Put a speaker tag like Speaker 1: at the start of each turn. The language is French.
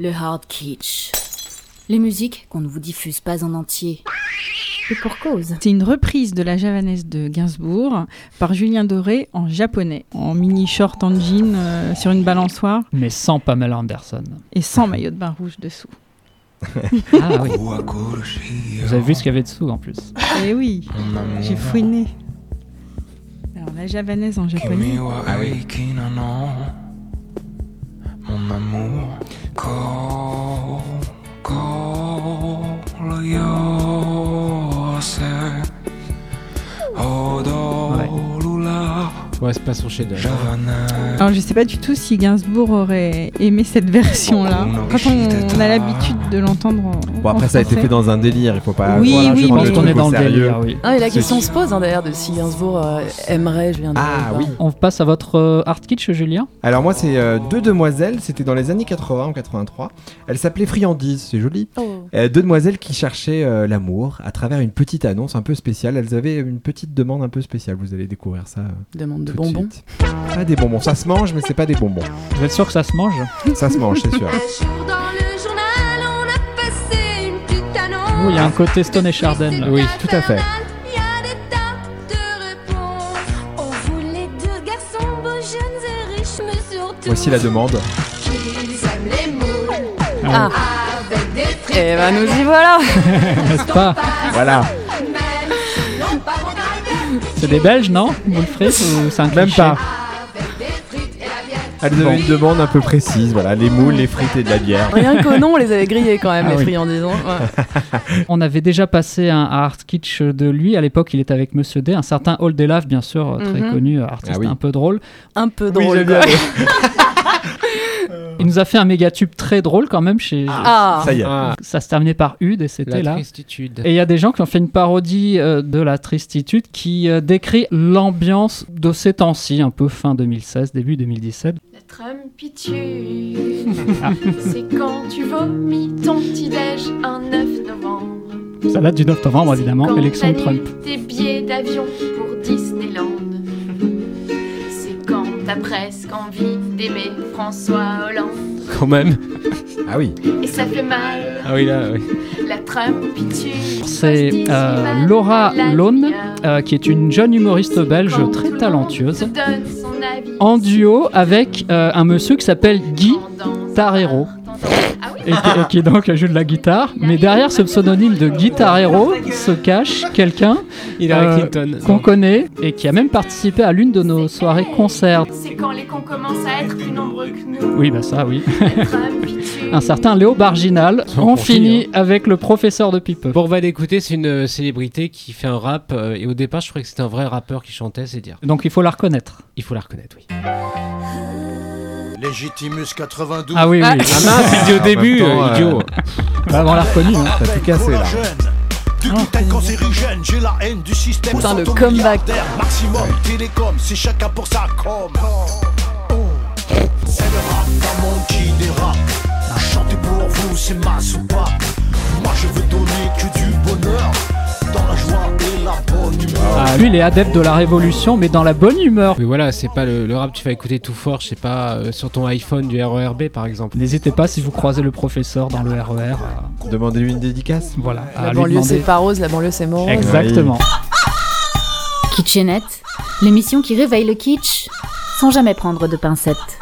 Speaker 1: le hard kitsch. Les musiques qu'on ne vous diffuse pas en entier. Et pour cause.
Speaker 2: C'est une reprise de la javanaise de Gainsbourg par Julien Doré en japonais, en mini short en jean euh, sur une balançoire
Speaker 3: Mais sans Pamela Anderson.
Speaker 2: et sans maillot de bain rouge dessous.
Speaker 3: Ah oui. Vous avez vu ce qu'il y avait dessous en plus.
Speaker 2: Eh oui, j'ai fouiné. Alors la javanaise en japonais.
Speaker 3: Ah
Speaker 4: Mon amour,
Speaker 5: Ouais, c'est pas son chef-d'œuvre.
Speaker 3: Ah,
Speaker 2: Alors je sais pas du tout si Gainsbourg aurait aimé cette version là. Quand on, on a l'habitude de l'entendre. en-
Speaker 6: Bon,
Speaker 2: en
Speaker 6: après, ça a été
Speaker 2: français.
Speaker 6: fait dans un délire, il faut pas.
Speaker 2: Oui,
Speaker 6: Voilà, je
Speaker 2: oui,
Speaker 3: Ah, Je
Speaker 6: prends
Speaker 3: pense
Speaker 2: mais-
Speaker 6: le
Speaker 3: qu'on
Speaker 6: truc
Speaker 3: est
Speaker 6: au
Speaker 3: dans le
Speaker 6: sérieux.
Speaker 3: délire, oui.
Speaker 7: Ah, et la
Speaker 6: Ce
Speaker 7: question
Speaker 6: qui-
Speaker 7: se pose hein, d'ailleurs de si Gainsbourg euh, aimerait Julien Doré.
Speaker 6: Ah
Speaker 7: ou pas.
Speaker 6: oui.
Speaker 3: On passe à votre euh, art kitsch, Julien
Speaker 6: Alors, moi, c'est euh, deux demoiselles, c'était dans les années 80, en 83. Elles s'appelaient Friandises, c'est joli.
Speaker 7: Oh.
Speaker 6: Euh, deux demoiselles qui cherchaient euh, l'amour à travers une petite annonce un peu spéciale. Elles avaient une petite demande un peu spéciale. Vous allez découvrir ça. euh,
Speaker 7: Demande de
Speaker 6: tout
Speaker 7: bonbons.
Speaker 6: suite. Pas des bonbons. Ça se mange, mais c'est pas des bonbons.
Speaker 3: Vous êtes sûr que ça se mange
Speaker 6: Ça se mange, c'est sûr.
Speaker 8: Un jour dans le journal, on a passé une petite annonce.
Speaker 3: Oui, il y a
Speaker 6: hein.
Speaker 3: un côté Stone et Chardin.
Speaker 6: Oui, tout à fait.
Speaker 8: Il y a des tas de réponses. On voulait deux garçons beaux, jeunes et riches, mais surtout.
Speaker 6: Voici la demande.
Speaker 8: Qu'ils aiment les moules
Speaker 7: Ah.
Speaker 8: avec des frites.
Speaker 7: Eh ben nous y voilà
Speaker 3: N'est-ce pas
Speaker 6: Voilà.
Speaker 8: Même s'ils n'ont pas bon gratin,
Speaker 3: C'est des Belges, non Vous le ferez ou c'est un
Speaker 6: Même
Speaker 3: cliché
Speaker 6: pas.
Speaker 8: avec des frites et la bière.
Speaker 6: Elles avaient une demande un peu précise. Voilà, les moules, les frites et de la bière.
Speaker 7: Rien qu'au nom, on les avait grillés quand même,
Speaker 3: Ah
Speaker 7: les
Speaker 3: oui.
Speaker 7: friandises. hein. Ouais.
Speaker 3: On avait déjà passé un art kitsch de lui. À l'époque, il était avec Monsieur D, un certain Old Elaf, bien sûr, euh, très
Speaker 7: Mhm.
Speaker 3: connu, artiste
Speaker 6: Ah oui.
Speaker 3: un peu drôle.
Speaker 7: Un peu
Speaker 6: Oui,
Speaker 7: drôle.
Speaker 6: j'aime
Speaker 7: quoi.
Speaker 6: bien.
Speaker 3: Il nous a fait un méga tube très drôle quand même. Chez...
Speaker 7: Ah,
Speaker 6: Ça y est.
Speaker 5: Ah,
Speaker 3: Ça se terminait par Ude et c'était là.
Speaker 5: la tristitude.
Speaker 3: Et il y a des gens qui ont fait une parodie euh, de la tristitude qui euh, décrit l'ambiance de ces temps-ci, un peu fin 2016, début 2017.
Speaker 8: La trame pitude, c'est quand tu vomis ton petit-déj un 9 novembre.
Speaker 3: Ça date du 9 novembre,
Speaker 8: C'est
Speaker 3: évidemment,
Speaker 8: quand
Speaker 3: élection de
Speaker 8: t'annules
Speaker 3: Trump.
Speaker 8: Tes billets d'avion pour Disneyland. C'est quand t'as presque envie d'aimer François Hollande.
Speaker 5: Quand même.
Speaker 6: Ah oui.
Speaker 8: Et ça fait mal,
Speaker 5: Ah oui, là, oui.
Speaker 8: la trame pitude.
Speaker 3: C'est, euh, Laura Lone, euh, qui est une jeune humoriste belge très talentueuse, en duo avec euh, un monsieur qui s'appelle Guy Tarero.
Speaker 8: Ah
Speaker 3: et, qui- et qui donc joue de la guitare. Mais derrière ce pseudonyme de guitarero se cache quelqu'un
Speaker 5: Hillary
Speaker 3: Euh,
Speaker 5: Clinton.
Speaker 3: qu'on connaît et qui a même participé à l'une de nos soirées concerts.
Speaker 8: C'est quand les cons commencent à être plus nombreux que nous.
Speaker 3: Oui, bah ça, oui.
Speaker 8: La trame pitude.
Speaker 3: Un certain Léo Barginal.
Speaker 5: Sans
Speaker 3: On
Speaker 5: conflit,
Speaker 3: finit
Speaker 6: hein
Speaker 3: avec le professeur de Pipe.
Speaker 5: Bon, on va l'écouter, c'est une euh, célébrité qui fait un rap, euh, et au départ, je croyais que c'était un vrai rappeur qui chantait, c'est dire.
Speaker 3: Donc il faut la reconnaître.
Speaker 5: Il faut la reconnaître, oui.
Speaker 9: Légitimus 92.
Speaker 3: Ah oui,
Speaker 7: Ah.
Speaker 3: oui.
Speaker 5: Ah mince, il dit
Speaker 6: en
Speaker 5: au
Speaker 6: même
Speaker 5: début,
Speaker 6: temps,
Speaker 5: euh,
Speaker 6: euh,
Speaker 5: idiot.
Speaker 3: Bah, on l'a reconnu. hein.
Speaker 6: T'as tout cassé là.
Speaker 9: Collagène. Du gluten cancérigène, j'ai la haine du système.
Speaker 7: Ah. Putain, le
Speaker 9: 100
Speaker 7: comeback.
Speaker 9: milliardaires, Maximum, télécom, c'est chacun pour sa com. C'est le rap d'un monde qui dérape. Chanter pour vous, c'est ma soupape. Moi, je veux donner que du bonheur. Dans la joie et la bonne humeur.
Speaker 3: Ah, lui, il est adepte de la révolution, mais dans la bonne humeur.
Speaker 5: Mais voilà, c'est pas le, le rap que tu vas écouter tout fort, je sais pas, euh, sur ton iPhone du RERB par exemple.
Speaker 3: N'hésitez pas si vous croisez le professeur dans le RER. euh,
Speaker 6: Demandez-lui une dédicace.
Speaker 3: voilà. à
Speaker 7: La
Speaker 3: lui
Speaker 7: banlieue
Speaker 3: demander.
Speaker 7: c'est pas rose, la banlieue c'est morose.
Speaker 3: Exactement.
Speaker 1: Kitchenette, l'émission qui réveille le kitsch sans jamais prendre de pincettes.